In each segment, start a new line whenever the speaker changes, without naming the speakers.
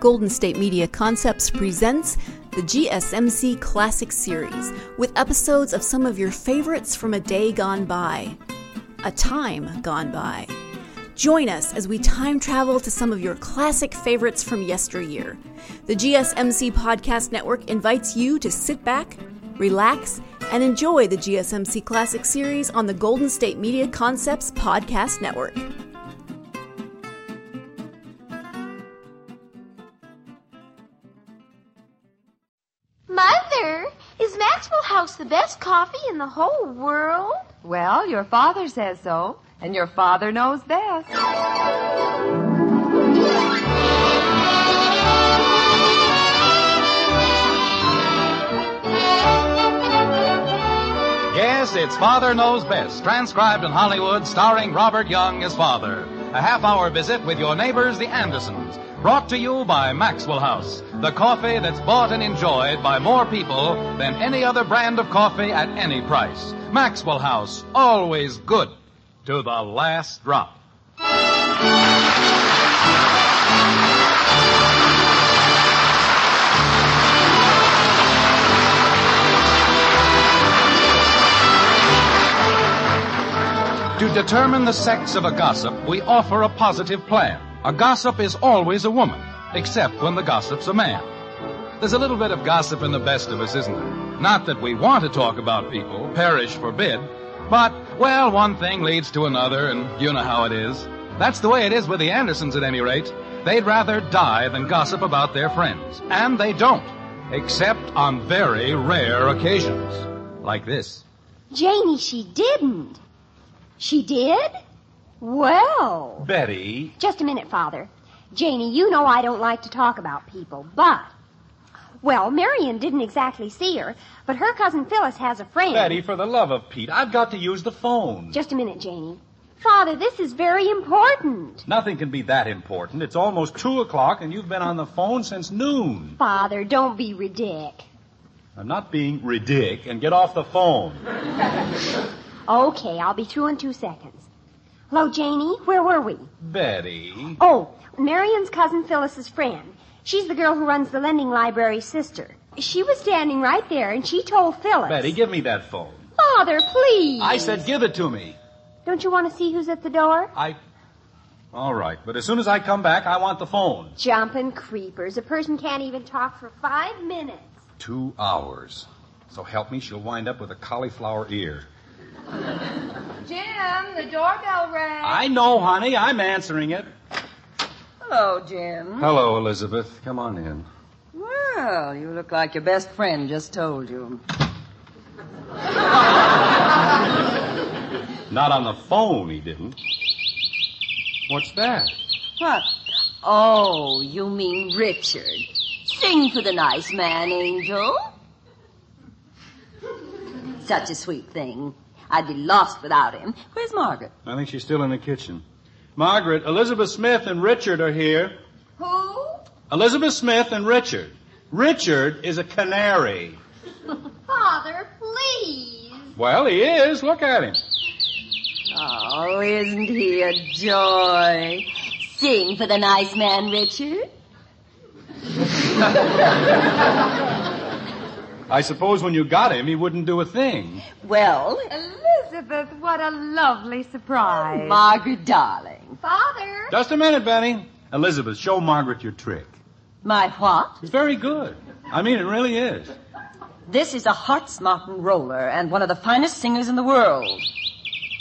Golden State Media Concepts presents the GSMC Classic Series with episodes of some of your favorites from a day gone by, a time gone by. Join us as we time travel to some of your classic favorites from yesteryear. The GSMC Podcast Network invites you to sit back, relax, and enjoy the GSMC Classic Series on the Golden State Media Concepts Podcast Network.
Mother, is Maxwell House the best coffee in the whole world?
Well, your father says so, and your father knows best.
Yes, it's Father Knows Best, transcribed in Hollywood, starring Robert Young as father. A half hour visit with your neighbors, the Andersons, brought to you by Maxwell House, the coffee that's bought and enjoyed by more people than any other brand of coffee at any price. Maxwell House, always good to the last drop. To determine the sex of a gossip, we offer a positive plan. A gossip is always a woman, except when the gossip's a man. There's a little bit of gossip in the best of us, isn't there? Not that we want to talk about people, perish forbid, but, well, one thing leads to another, and you know how it is. That's the way it is with the Andersons, at any rate. They'd rather die than gossip about their friends, and they don't, except on very rare occasions, like this.
Janie, she didn't. She did? Well.
Betty,
Just a minute, Father. Janie, you know I don't like to talk about people, but. Well, Marion didn't exactly see her, but her cousin Phyllis has a friend.
Betty, for the love of Pete, I've got to use the phone.
Just a minute, Janie. Father, this is very important.
Nothing can be that important. It's almost two o'clock, and you've been on the phone since noon.
Father, don't be ridic.
I'm not being ridic, and get off the phone.
Okay, I'll be through in two seconds. Hello, Janie. Where were we?
Betty.
Oh, Marion's cousin Phyllis's friend. She's the girl who runs the lending library's sister. She was standing right there, and she told Phyllis.
Betty, give me that phone.
Father, please.
I said give it to me.
Don't you want to see who's at the door?
I. All right, but as soon as I come back, I want the phone.
Jumping creepers. A person can't even talk for five minutes.
Two hours. So help me, she'll wind up with a cauliflower ear.
Jim, the doorbell rang.
I know, honey. I'm answering it.
Hello, Jim.
Hello, Elizabeth. Come on in.
Well, you look like your best friend just told you.
Not on the phone, he didn't. What's that?
What? Oh, you mean Richard. Sing for the nice man, Angel. Such a sweet thing. I'd be lost without him. Where's Margaret?
I think she's still in the kitchen. Margaret, Elizabeth Smith and Richard are here.
Who?
Elizabeth Smith and Richard. Richard is a canary.
Father, please.
Well, he is. Look at him.
Oh, isn't he a joy? Sing for the nice man, Richard.
I suppose when you got him, he wouldn't do a thing.
Well,
Elizabeth, what a lovely surprise.
Mm. Margaret, darling.
Father.
Just a minute, Benny. Elizabeth, show Margaret your trick.
My what?
It's very good. I mean, it really is.
This is a Hartsmartin roller and one of the finest singers in the world.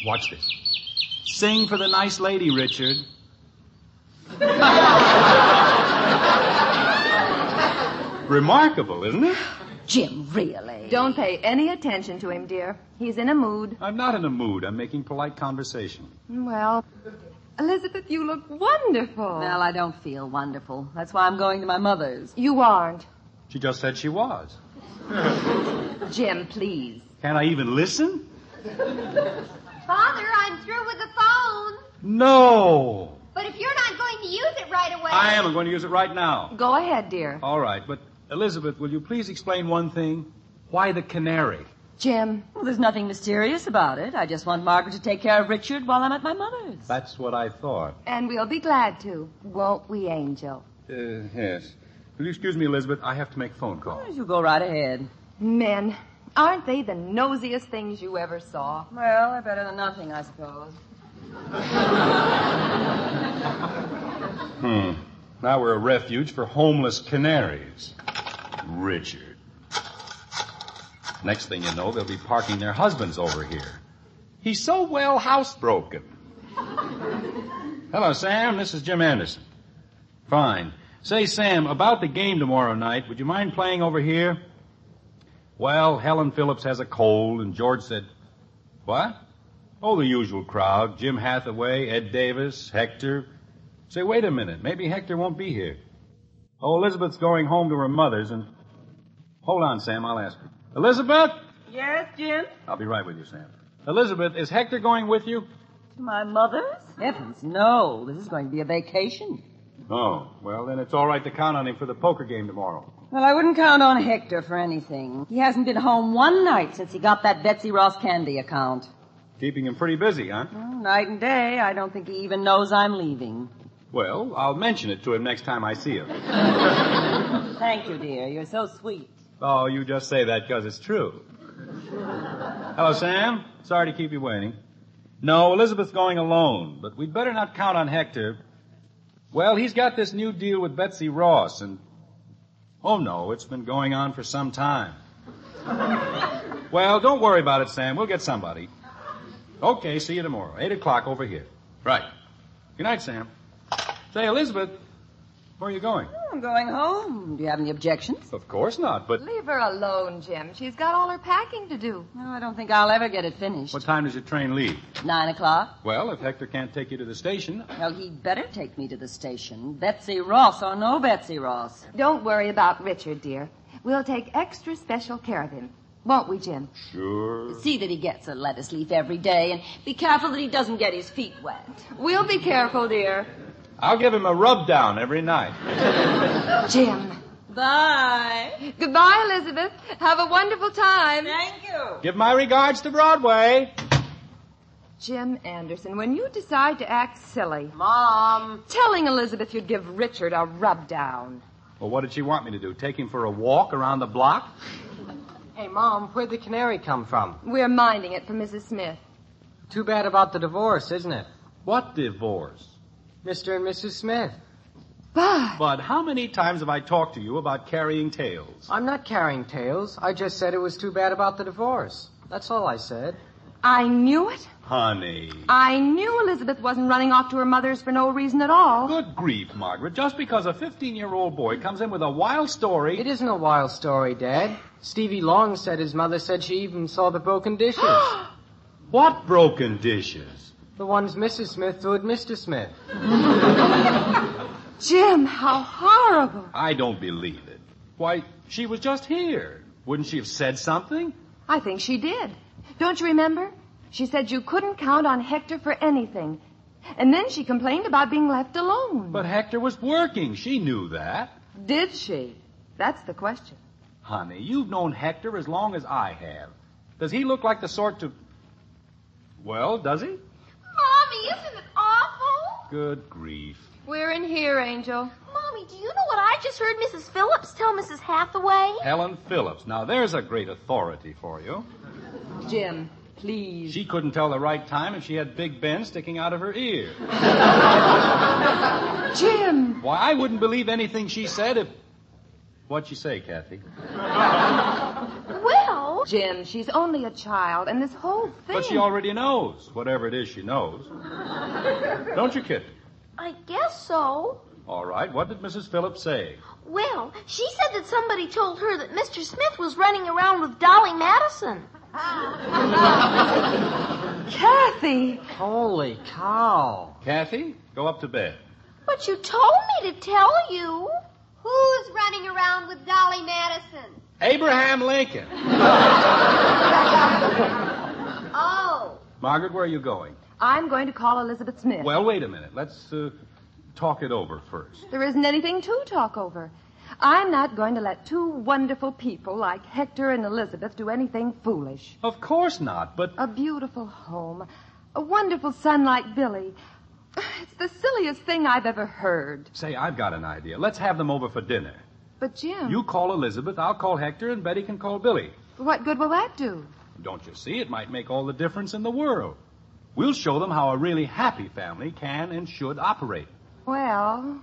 Watch this. Sing for the nice lady, Richard. Remarkable, isn't it?
Jim, really.
Don't pay any attention to him, dear. He's in a mood.
I'm not in a mood. I'm making polite conversation.
Well, Elizabeth, you look wonderful.
Well, I don't feel wonderful. That's why I'm going to my mother's.
you aren't.
She just said she was.
Jim, please.
Can't I even listen?
Father, I'm through with the phone.
No.
But if you're not going to use it right away.
I am. I'm going to use it right now.
Go ahead, dear.
All right, but Elizabeth, will you please explain one thing? Why the canary?
Jim,
Well, there's nothing mysterious about it. I just want Margaret to take care of Richard while I'm at my mother's.
That's what I thought.
and we'll be glad to, won't we, Angel?
Uh, yes. Will you excuse me, Elizabeth? I have to make a phone call.
You go right ahead.
Men, aren't they the nosiest things you ever saw?
Well, they're better than nothing, I suppose.
Now we're a refuge for homeless canaries. Richard. Next thing you know, they'll be parking their husbands over here. He's so well housebroken. Hello, Sam. This is Jim Anderson. Fine. Say, Sam, about the game tomorrow night, would you mind playing over here? Well, Helen Phillips has a cold, and George said, What? Oh, the usual crowd. Jim Hathaway, Ed Davis, Hector, Say, wait a minute. Maybe Hector won't be here. Oh, Elizabeth's going home to her mother's and. Hold on, Sam. I'll ask her. Elizabeth?
Yes, Jim?
I'll be right with you, Sam. Elizabeth, is Hector going with you?
To my mother's?
Heavens, no. This is going to be a vacation.
Oh, well, then it's all right to count on him for the poker game tomorrow.
Well, I wouldn't count on Hector for anything. He hasn't been home one night since he got that Betsy Ross candy account.
Keeping him pretty busy, huh?
Well, night and day, I don't think he even knows I'm leaving.
Well, I'll mention it to him next time I see him.
Thank you, dear. You're so sweet.
Oh, you just say that 'cause it's true. Hello, Sam. Sorry to keep you waiting. No, Elizabeth's going alone, but we'd better not count on Hector. Well, he's got this new deal with Betsy Ross, and oh no, it's been going on for some time. well, don't worry about it, Sam. We'll get somebody. Okay, see you tomorrow, eight o'clock over here. Right. Good night, Sam. Say, Elizabeth, where are you going?
I'm going home. Do you have any objections?
Of course not, but
Leave her alone, Jim. She's got all her packing to do.
No, I don't think I'll ever get it finished.
what time does your train leave?
Nine o'clock?
Well, if Hector can't take you to the station,
Well, he'd better take me to the station. Betsy Ross or no Betsy Ross.
Don't worry about Richard, dear. We'll take extra special care of him. Won't we, Jim?
sure.
See that he gets a lettuce leaf every day and be careful that he doesn't get his feet wet.
We'll be careful, dear.
I'll give him a rub down every night.
Jim.
Bye.
Goodbye, Elizabeth. Have a wonderful time.
Thank you.
Give my regards to Broadway.
Jim Anderson, when you decide to act silly,
Mom.
telling Elizabeth you'd give Richard a rub down.
Well, what did she want me to do? Take him for a walk around the block?
Hey, Mom, where'd the canary come from?
We're minding it for Mrs. Smith.
Too bad about the divorce, isn't it?
What divorce?
Mr. and Mrs. Smith.
But how many times have I talked to you about carrying tails?
I'm not carrying tales. I just said it was too bad about the divorce. That's all I said.
I knew it.
Honey.
I knew Elizabeth wasn't running off to her mother's for no reason at all.
Good grief, Margaret. Just because a 15 year old boy comes in with a wild story.
It isn't a wild story, Dad. Stevie Long said his mother said she even saw the broken dishes.
What broken dishes?
the ones Mrs. Smith threw at Mr. Smith.
Jim, how horrible.
I don't believe it. Why, she was just here. Wouldn't she have said something?
I think she did. Don't you remember? She said you couldn't count on Hector for anything. And then she complained about being left alone.
But Hector was working. She knew that.
Did she? That's the question.
Honey, you've known Hector as long as I have. Does he look like the sort to. Well, does he?
Mommy, isn't it awful?
Good grief.
We're in here, Angel.
Mommy, do you know what I just heard Mrs. Phillips tell Mrs. Hathaway?
Helen Phillips. Now, there's a great authority for you.
Jim, please.
She couldn't tell the right time if she had Big Ben sticking out of her ear.
Jim!
Why, I wouldn't believe anything she said if. What'd you say, Kathy?
Well,
Jim, she's only a child, and this whole thing.
But she already knows, whatever it is she knows. Don't you, kid?
I guess so.
All right, what did Mrs. Phillips say?
Well, she said that somebody told her that Mr. Smith was running around with Dolly Madison.
Kathy!
Holy cow.
Kathy, go up to bed.
But you told me to tell you. Who's running around with Dolly Madison?
Abraham Lincoln.
Oh.
Margaret, where are you going?
I'm going to call Elizabeth Smith.
Well, wait a minute. Let's uh, talk it over first.
There isn't anything to talk over. I'm not going to let two wonderful people like Hector and Elizabeth do anything foolish.
Of course not, but
A beautiful home. A wonderful son like Billy. It's the silliest thing I've ever heard.
Say, I've got an idea. Let's have them over for dinner.
But, Jim,
You call Elizabeth, I'll call Hector, and Betty can call Billy.
what good will that do?
Don't you see? It might make all the difference in the world. We'll show them how a really happy family can and should operate.
Well,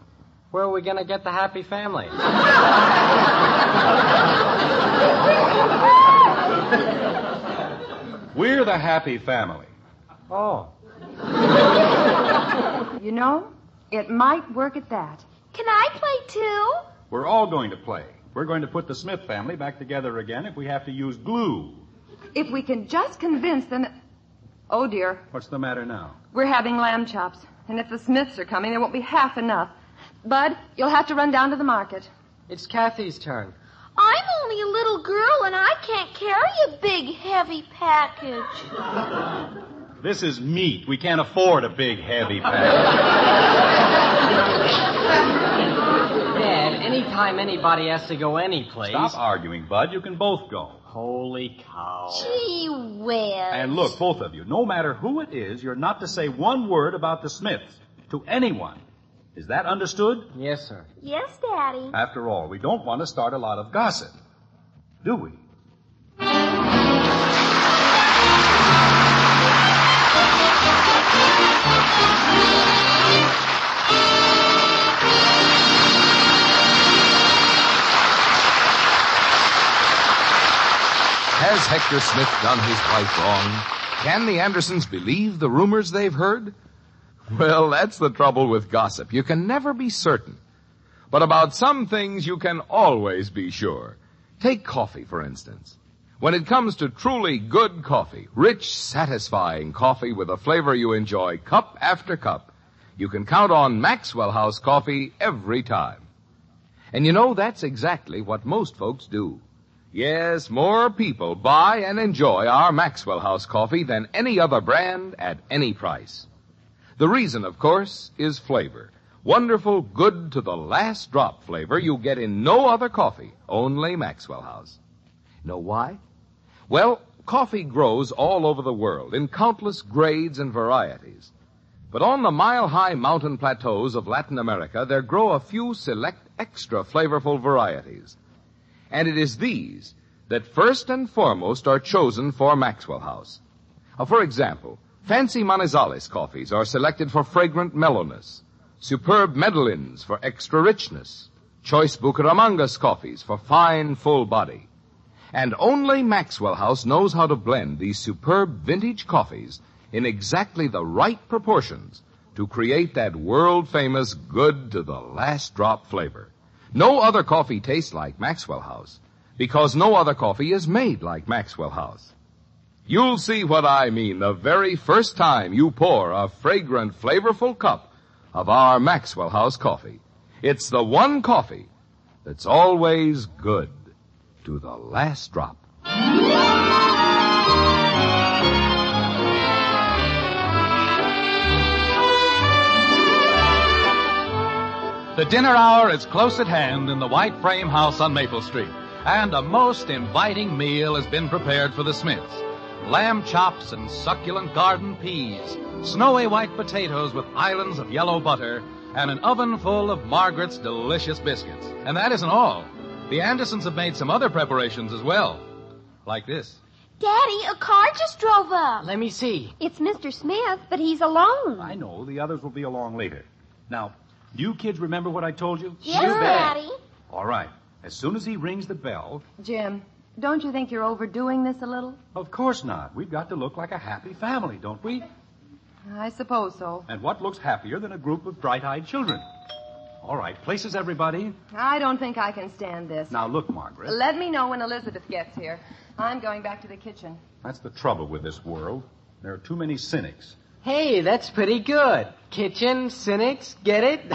Where are we gonna get the happy family?
We're the happy family.
Oh,
you know, it might work at that.
Can I play too?
We're all going to play. We're going to put the Smith family back together again if we have to use glue.
If we can just convince them. Oh, dear.
What's the matter now?
We're having lamb chops. And if the Smiths are coming, there won't be half enough. Bud, you'll have to run down to the market.
it's Kathy's turn.
I'm only a little girl and I can't carry a big heavy package.
This is meat. We can't afford a big, heavy pack.
Dad, anytime anybody has to go any place.
Stop arguing, Bud. You can both go.
Holy cow.
Gee whiz.
And look, both of you, no matter who it is, you're not to say one word about the Smiths to anyone. Is that understood?
Yes, sir.
Yes, Daddy.
After all, we don't want to start a lot of gossip, do we?
Has Hector Smith done his wife wrong? Can the Andersons believe the rumors they've heard? Well, that's the trouble with gossip. You can never be certain. But about some things you can always be sure. Take coffee, for instance. When it comes to truly good coffee, rich, satisfying coffee with a flavor you enjoy cup after cup, you can count on Maxwell House coffee every time. And you know, that's exactly what most folks do. Yes, more people buy and enjoy our Maxwell House coffee than any other brand at any price. The reason, of course, is flavor. Wonderful, good to the last drop flavor you get in no other coffee, only Maxwell House. Know why? Well, coffee grows all over the world in countless grades and varieties. But on the mile-high mountain plateaus of Latin America, there grow a few select extra flavorful varieties. And it is these that first and foremost are chosen for Maxwell House. Uh, for example, fancy Manizales coffees are selected for fragrant mellowness, superb Medellins for extra richness, choice Bucaramangas coffees for fine full body. And only Maxwell House knows how to blend these superb vintage coffees in exactly the right proportions to create that world famous good to the last drop flavor. No other coffee tastes like Maxwell House because no other coffee is made like Maxwell House. You'll see what I mean the very first time you pour a fragrant, flavorful cup of our Maxwell House coffee. It's the one coffee that's always good to the last drop.
The dinner hour is close at hand in the white frame house on Maple Street, and a most inviting meal has been prepared for the Smiths.
Lamb chops and succulent garden peas, snowy white potatoes with islands of yellow butter, and an oven full of Margaret's delicious biscuits. And that isn't all. The Andersons have made some other preparations as well. Like this.
Daddy, a car just drove up.
Let me see.
It's Mr. Smith, but he's alone.
I know the others will be along later. Now, do you kids remember what I told you?
Yes, Daddy.
All right. As soon as he rings the bell,
Jim, don't you think you're overdoing this a little?
of course not. We've got to look like a happy family, don't we?
I suppose so.
And what looks happier than a group of bright-eyed children? All right, places, everybody.
I don't think I can stand this.
Now look, Margaret.
Let me know when Elizabeth gets here. I'm going back to the kitchen.
That's the trouble with this world. There are too many cynics.
Hey, that's pretty good. Kitchen, cynics, get it?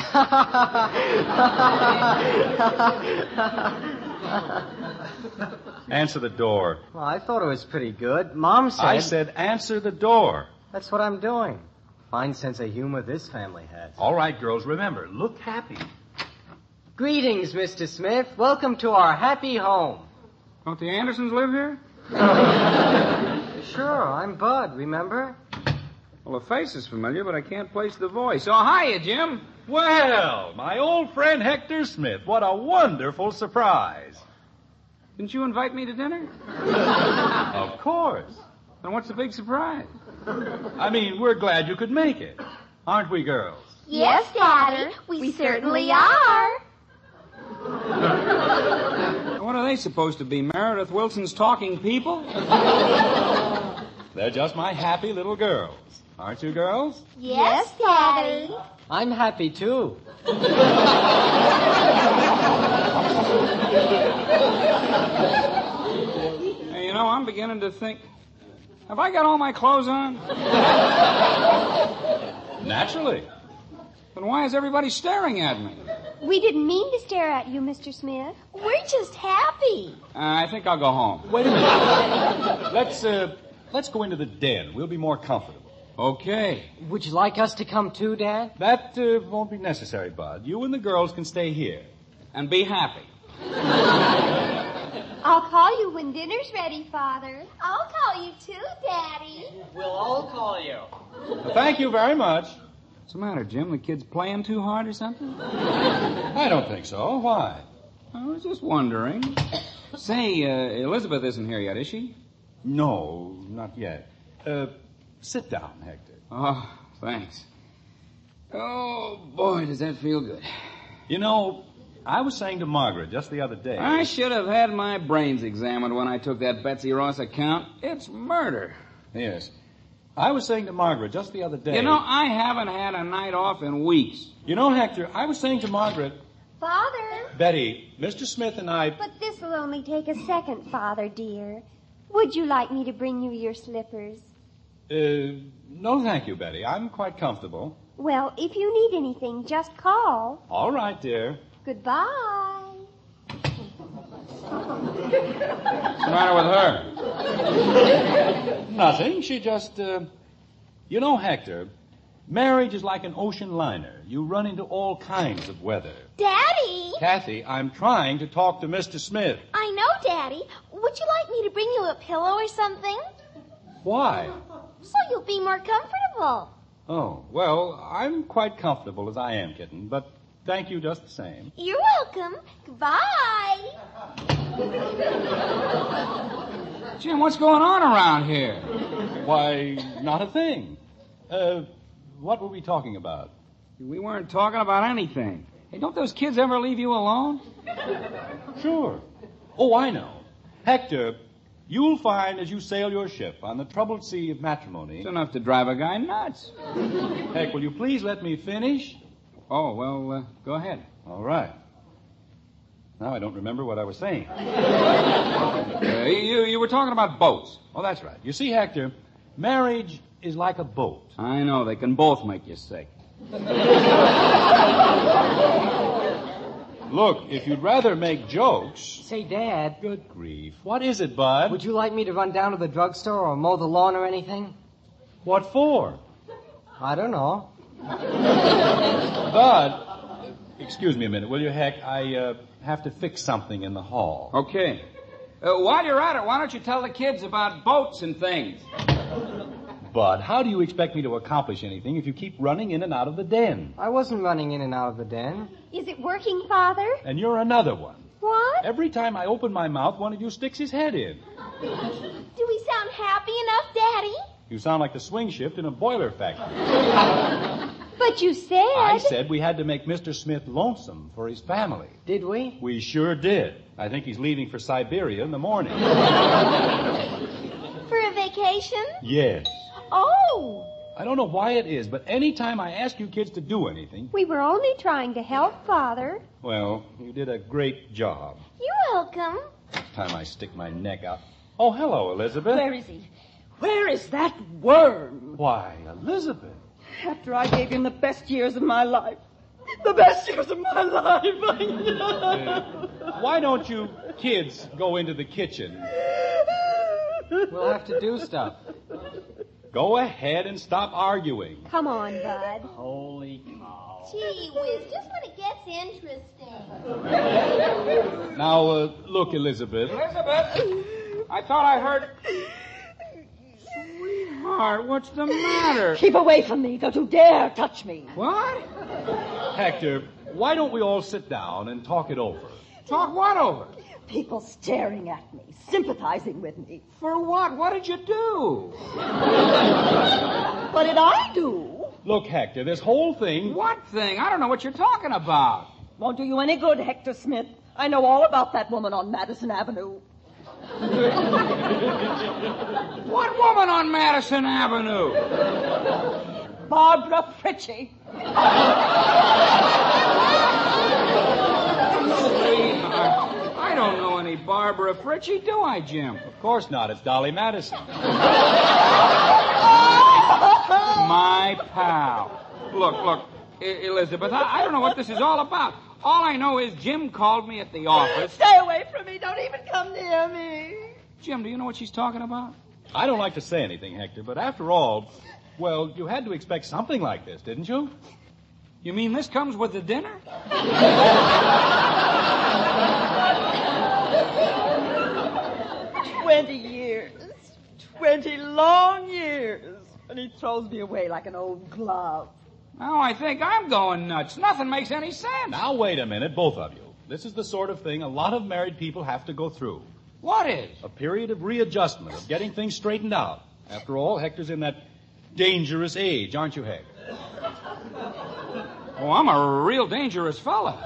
Answer the door.
well, I thought it was pretty good. Mom said.
I said answer the door.
That's what I'm doing. Fine sense of humor this family has.
All right, girls, remember, look happy.
Greetings, Mr. Smith. Welcome to our happy home.
Don't the Andersons live here?
Sure, I'm Bud, remember?
Well, the face is familiar, but I can't place the voice. Oh, hiya, Jim.
Well, my old friend Hector Smith, what a wonderful surprise.
Didn't you invite me to dinner?
Of course.
Then what's the big surprise?
I mean, we're glad you could make it. Aren't we, girls?
Yes, Daddy, we, certainly are.
What are they supposed to be, Meredith Wilson's talking people?
They're just my happy little girls. Aren't you, girls?
Yes, Daddy.
I'm happy too.
Hey, you know, I'm beginning to think. Have I got all my clothes on?
Naturally.
Then why is everybody staring at me?
We didn't mean to stare at you, Mr. Smith.
We're just happy.
Uh, I think I'll go home.
Wait a minute. Let's, uh, let's go into the den. We'll be more comfortable.
Okay.
Would you like us to come too, Dad?
That uh, won't be necessary, Bud. You and the girls can stay here.
And be happy.
I'll call you when dinner's ready, Father. I'll call you too, Daddy.
We'll all call you.
Thank you very much.
What's the matter, Jim? The kid's playing too hard or something?
I don't think so. Why?
I was just wondering. Say, uh, Elizabeth isn't here yet, is she?
No, not yet. Uh, sit down, Hector.
Oh, thanks. Oh, boy, does that feel good.
You know, I was saying to Margaret just the other day.
I should have had my brains examined when I took that Betsy Ross account. It's murder.
Yes. I was saying to Margaret just the other day.
You know, I haven't had a night off in weeks.
you know, Hector, I was saying to Margaret,
Father?
Betty, Mr. Smith and I.
But this'll only take a second, Father, dear. Would you like me to bring you your slippers?
Uh, no, thank you, Betty. I'm quite comfortable.
Well, if you need anything, just call.
All right, dear.
Goodbye.
What's the matter with her?
Nothing. She just, uh, you know, Hector, marriage is like an ocean liner. You run into all kinds of weather.
Daddy!
Kathy, I'm trying to talk to Mr. Smith.
I know, Daddy. Would you like me to bring you a pillow or something?
Why?
So you'll be more comfortable.
Oh, well, I'm quite comfortable as I am, kitten, but thank you just the same.
You're welcome. Goodbye.
Jim, what's going on around here?
Why, not a thing. Uh, what were we talking about?
We weren't talking about anything. Hey, don't those kids ever leave you alone?
Sure. Oh, I know. Hector, you'll find as you sail your ship on the troubled sea of matrimony.
It's enough to drive a guy nuts.
Heck, will you please let me finish?
Oh, well, uh, go ahead.
All right. Now I don't remember what I was saying.
Uh, you, you were talking about boats.
Oh, that's right. You see, Hector, marriage is like a boat.
I know, they can both make you sick.
Look, if you'd rather make jokes.
Say, Dad,
Good grief. What is it, Bud?
would you like me to run down to the drugstore or mow the lawn or anything?
What for?
I don't know.
Bud, excuse me a minute, will you, Heck? I uh, have to fix something in the hall.
Okay. Uh, while you're at it, why don't you tell the kids about boats and things?
Bud, how do you expect me to accomplish anything if you keep running in and out of the den?
I wasn't running in and out of the den.
Is it working, Father?
And you're another one.
What?
Every time I open my mouth, one of you sticks his head in.
Do we sound happy enough, Daddy?
You sound like the swing shift in a boiler factory.
But you said.
I said we had to make Mr. Smith lonesome for his family.
Did we?
We sure did. I think he's leaving for Siberia in the morning.
For a vacation?
yes.
Oh,
I don't know why it is, but any time I ask you kids to do anything,
We were only trying to help, Father.
well, you did a great job.
you're welcome.
Time I stick my neck out. Oh, hello, Elizabeth.
Where is he? Where is that worm?
Why, Elizabeth.
After I gave him the best years of my life. The best years of my life.
Why don't you kids go into the kitchen?
We'll have to do stuff.
Go ahead and stop arguing.
Come on, Bud.
Holy cow.
Gee whiz, just when it gets interesting.
Now, uh, look, Elizabeth.
Elizabeth, I thought I heard. heart, what's the matter?
Keep away from me. Don't you dare touch me.
What?
Hector, why don't we all sit down and talk it over?
Talk what over?
People staring at me, sympathizing with me.
For what? What did you do?
What did I do?
Look, Hector, this whole thing.
What thing? I don't know what you're talking about.
Won't do you any good, Hector Smith. I know all about that woman on Madison Avenue.
What woman on Madison Avenue?
Barbara Pritchie.
Sweetheart, I don't know any Barbara Fritchie, do I, Jim?
Of course not. It's Dolly Madison.
My pal. Look, look, E- Elizabeth, I, I don't know what this is all about. All I know is Jim called me at the office.
Stay away from me. Don't even come near me.
Jim, do you know what she's talking about?
I don't like to say anything, Hector, but after all, well, you had to expect something like this, didn't you?
You mean this comes with the dinner?
Twenty years. Twenty long years. And he throws me away like an old glove.
Now I think I'm going nuts. Nothing makes any sense.
Now, wait a minute, both of you. This is the sort of thing a lot of married people have to go through.
What is?
A period of readjustment, of getting things straightened out. After all, Hector's in that dangerous age, aren't you, Hector?
Oh, I'm a real dangerous fella.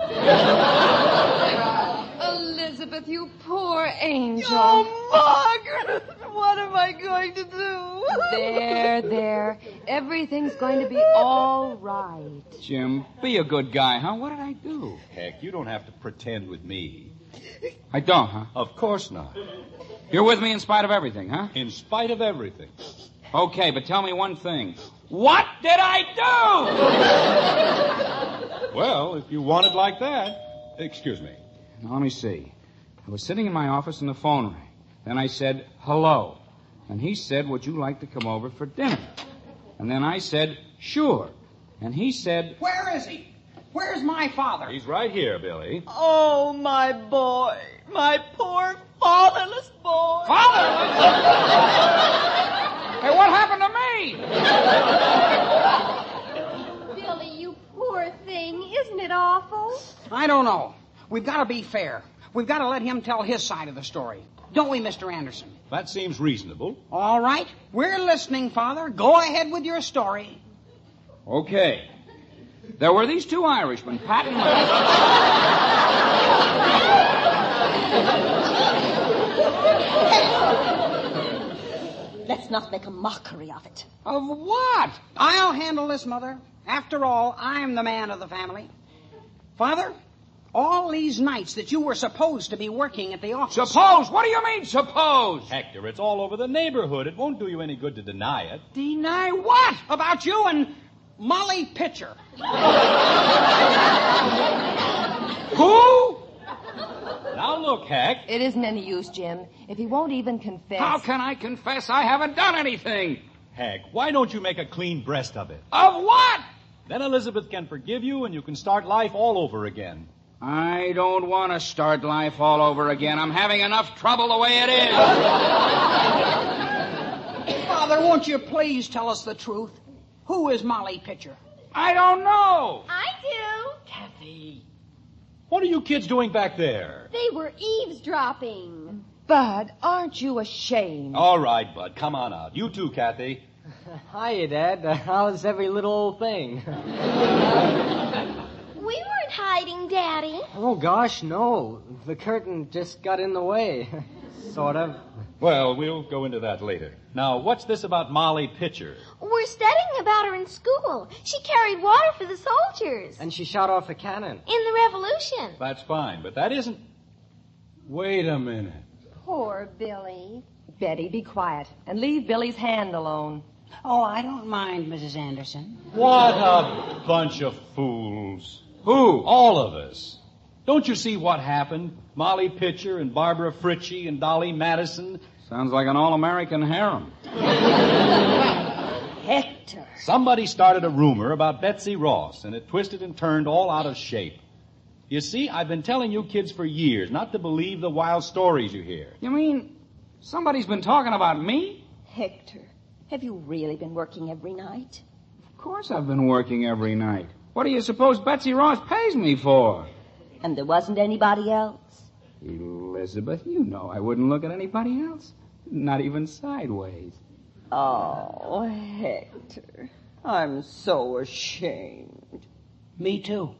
Elizabeth, you poor angel.
Oh, Margaret, what am I going to do?
There, there. Everything's going to be all right.
Jim, be a good guy, huh? What did I do?
Heck, you don't have to pretend with me.
I don't, huh?
Of course not.
You're with me in spite of everything, huh?
In spite of everything.
Okay, but tell me one thing. What did I
Well, if you want it like that. Excuse me.
do? Now, let me see. I was sitting in my office and the phone rang. Then I said, hello. And he said, would you like to come over for dinner? And then I said, sure. And he said, where is he? Where's my father?
He's right here, Billy.
Oh, my boy. My poor fatherless boy.
Father! hey, what happened to me?
Billy, you poor thing. Isn't it awful?
I don't know. We've got to be fair. We've got to let him tell his side of the story. Don't we, Mr. Anderson?
That seems reasonable.
All right. We're listening, Father. Go ahead with your story.
Okay. There were these two Irishmen, Pat and Larry.
Let's not make a mockery of it.
Of what?
I'll handle this, Mother. After all, I'm the man of the family. Father, all these nights that you were supposed to be working at the office.
Suppose? What do you mean, suppose?
Hector, it's all over the neighborhood. It won't do you any good to deny it.
Deny what? About you and Molly Pitcher.
Who?
Now look, Heck.
It isn't any use, Jim. If he won't even confess.
How can I confess I haven't done anything?
Heck, why don't you make a clean breast of it?
Of what?
Then Elizabeth can forgive you and you can start life all over again.
I don't want to start life all over again. I'm having enough trouble the way it is.
Father, won't you please tell us the truth? Who is Molly Pitcher?
I don't know.
I do.
What are you kids doing back there?
They were eavesdropping.
Bud, aren't you ashamed?
All right, bud, come on out. You too, Kathy.
Hiya, Dad. How's every little old thing?
We weren't hiding, Daddy.
Oh, gosh, no. The curtain just got in the way. sort of.
Well, we'll go into that later. Now, what's this about Molly Pitcher?
We're studying about her in school. She carried water for the soldiers
And she shot off a cannon.
in the Revolution.
That's fine, but that isn't. Wait a minute.
Poor Billy.
Betty, be quiet and leave Billy's hand alone.
Oh, I don't mind, Mrs. Anderson.
What a bunch of fools. Who? All of us. Don't you see what happened? Molly Pitcher and Barbara Fritchie and Dolly Madison.
Sounds like an all-American harem.
Hector.
Somebody started a rumor about Betsy Ross, and it twisted and turned all out of shape. You see, I've been telling you kids for years not to believe the wild stories you hear.
You mean somebody's been talking about me?
Hector.
Have you really been working every night?
Of course I've been working every night. What do you suppose Betsy Ross pays me for?
And there wasn't anybody else?
Elizabeth, you know I wouldn't look at anybody else. Not even sideways.
Oh, Hector. I'm so ashamed.
Me too.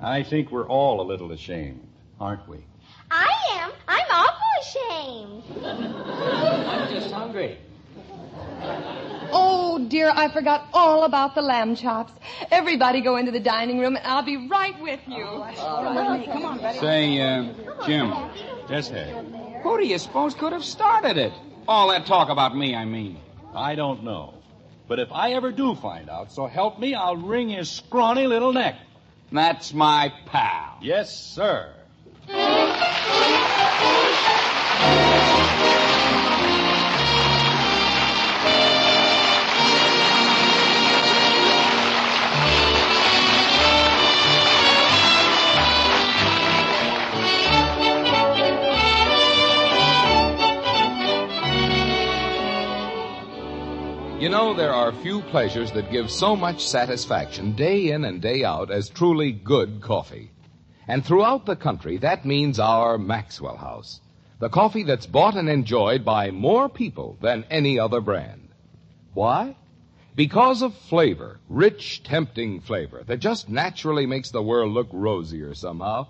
I think we're all a little ashamed, aren't we?
I am. I'm awful ashamed.
just hungry.
Oh dear, I forgot all about the lamb chops. Everybody go into the dining room and I'll be right with you.
Come on, Betty.
Say, uh, Jim. Yes, Harry. Who do you suppose could have started it? All that talk about me, I mean.
I don't know. But if I ever do find out, so help me, I'll wring his scrawny little neck.
That's my pal.
Yes, sir.
You know, there are few pleasures that give so much satisfaction day in and day out as truly good coffee. And throughout the country, that means our Maxwell House. The coffee that's bought and enjoyed by more people than any other brand. Why? Because of flavor, rich, tempting flavor that just naturally makes the world look rosier somehow.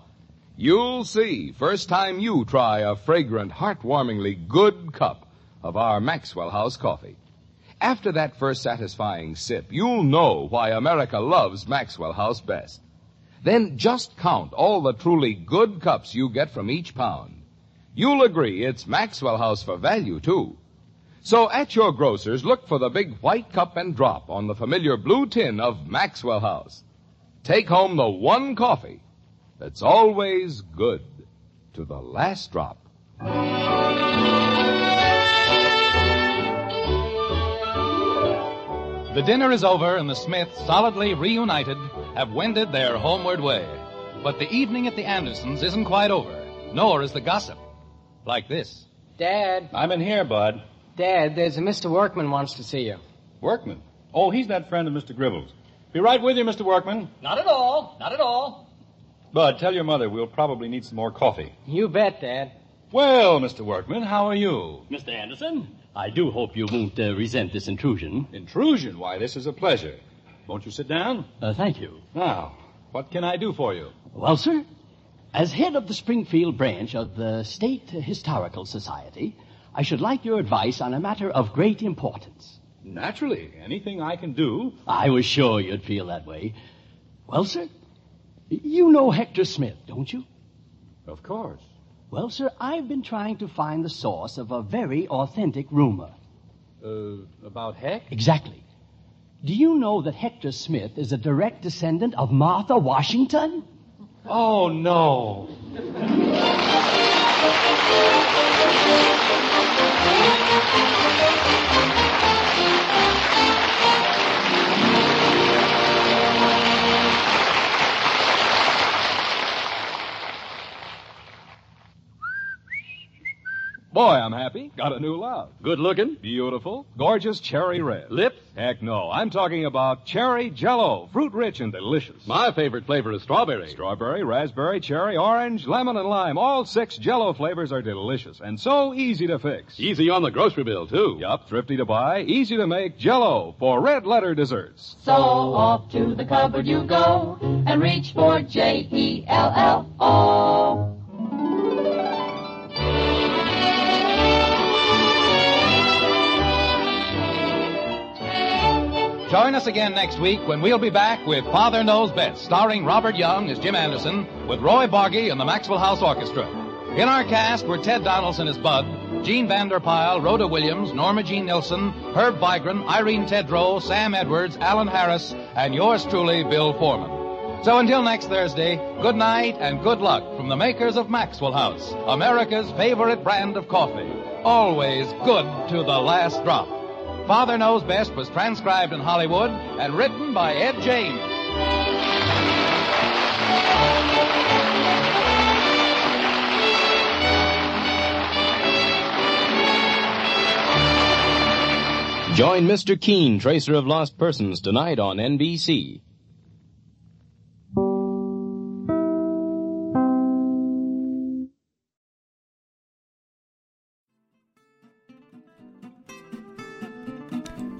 You'll see first time you try a fragrant, heartwarmingly good cup of our Maxwell House coffee. After that first satisfying sip, you'll know why America loves Maxwell House best. Then just count all the truly good cups you get from each pound. You'll agree it's Maxwell House for value too. So at your grocer's, look for the big white cup and drop on the familiar blue tin of Maxwell House. Take home the one coffee that's always good to the last drop.
The dinner is over and the Smiths, solidly reunited, have wended their homeward way. But the evening at the Andersons isn't quite over, nor is the gossip. Like this.
Dad.
I'm in here, bud.
Dad, there's a Mr. Workman wants to see you.
Workman? Oh, he's that friend of Mr. Gribbles. Be right with you, Mr. Workman.
Not at all. Not at all.
Bud, tell your mother we'll probably need some more coffee.
You bet, Dad.
Well, Mr. Workman, how are you?
Mr. Anderson, I do hope you won't uh, resent this intrusion.
Intrusion? Why, this is a pleasure. Won't you sit down?
Uh, thank you.
Now, what can I do for you?
Well, sir, as head of the Springfield branch of the State Historical Society, I should like your advice on a matter of great importance.
Naturally, anything I can do.
I was sure you'd feel that way. Well, sir, you know Hector Smith, don't you?
Of course.
Well, sir, I've been trying to find the source of a very authentic rumor.
Uh, about Heck?
Exactly. Do you know that Hector Smith is a direct descendant of Martha Washington?
Oh, no. Boy, I'm happy. Got a new love. Good looking. Beautiful. Gorgeous cherry red. Lips? Heck no. I'm talking about cherry jello. Fruit rich and delicious.
My favorite flavor is strawberry.
Strawberry, raspberry, cherry, orange, lemon, and lime. All six jello flavors are delicious and so easy to fix.
Easy on the grocery bill, too.
Yup, thrifty to buy, easy to make jello for red letter desserts.
So off to the cupboard you go and reach for J E L L O.
Join us again next week when we'll be back with Father Knows Best, starring Robert Young as Jim Anderson, with Roy Bargy and the Maxwell House Orchestra. In our cast were Ted Donaldson as Bud, Gene Vanderpyle, Rhoda Williams, Norma Jean Nilsson, Herb Vigran, Irene Tedrow, Sam Edwards, Alan Harris, and yours truly, Bill Foreman. So until next Thursday, good night and good luck from the makers of Maxwell House, America's favorite brand of coffee. Always good to the last drop. Father Knows Best was transcribed in Hollywood and written by Ed James.
Join Mr. Keene, Tracer of Lost Persons, tonight on NBC.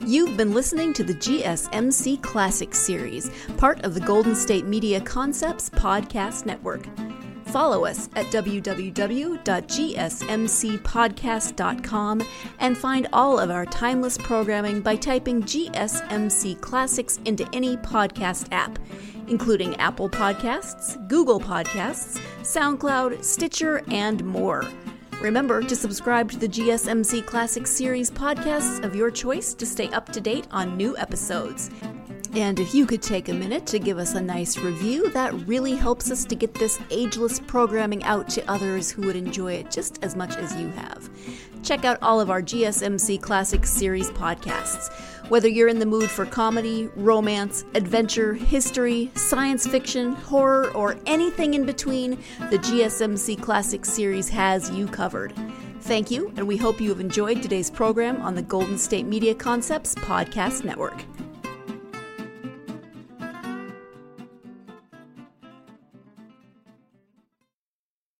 You've been listening to the GSMC Classics series, part of the Golden State Media Concepts Podcast Network. Follow us at www.gsmcpodcast.com and find all of our timeless programming by typing GSMC Classics into any podcast app, including Apple Podcasts, Google Podcasts, SoundCloud, Stitcher, and more. Remember to subscribe to the GSMC Classic Series podcasts of your choice to stay up to date on new episodes. And if you could take a minute to give us a nice review, that really helps us to get this ageless programming out to others who would enjoy it just as much as you have. Check out all of our GSMC Classic Series podcasts. Whether you're in the mood for comedy, romance, adventure, history, science fiction, horror, or anything in between, the GSMC Classic Series has you covered. Thank you, and we hope you have enjoyed today's program on the Golden State Media Concepts Podcast Network.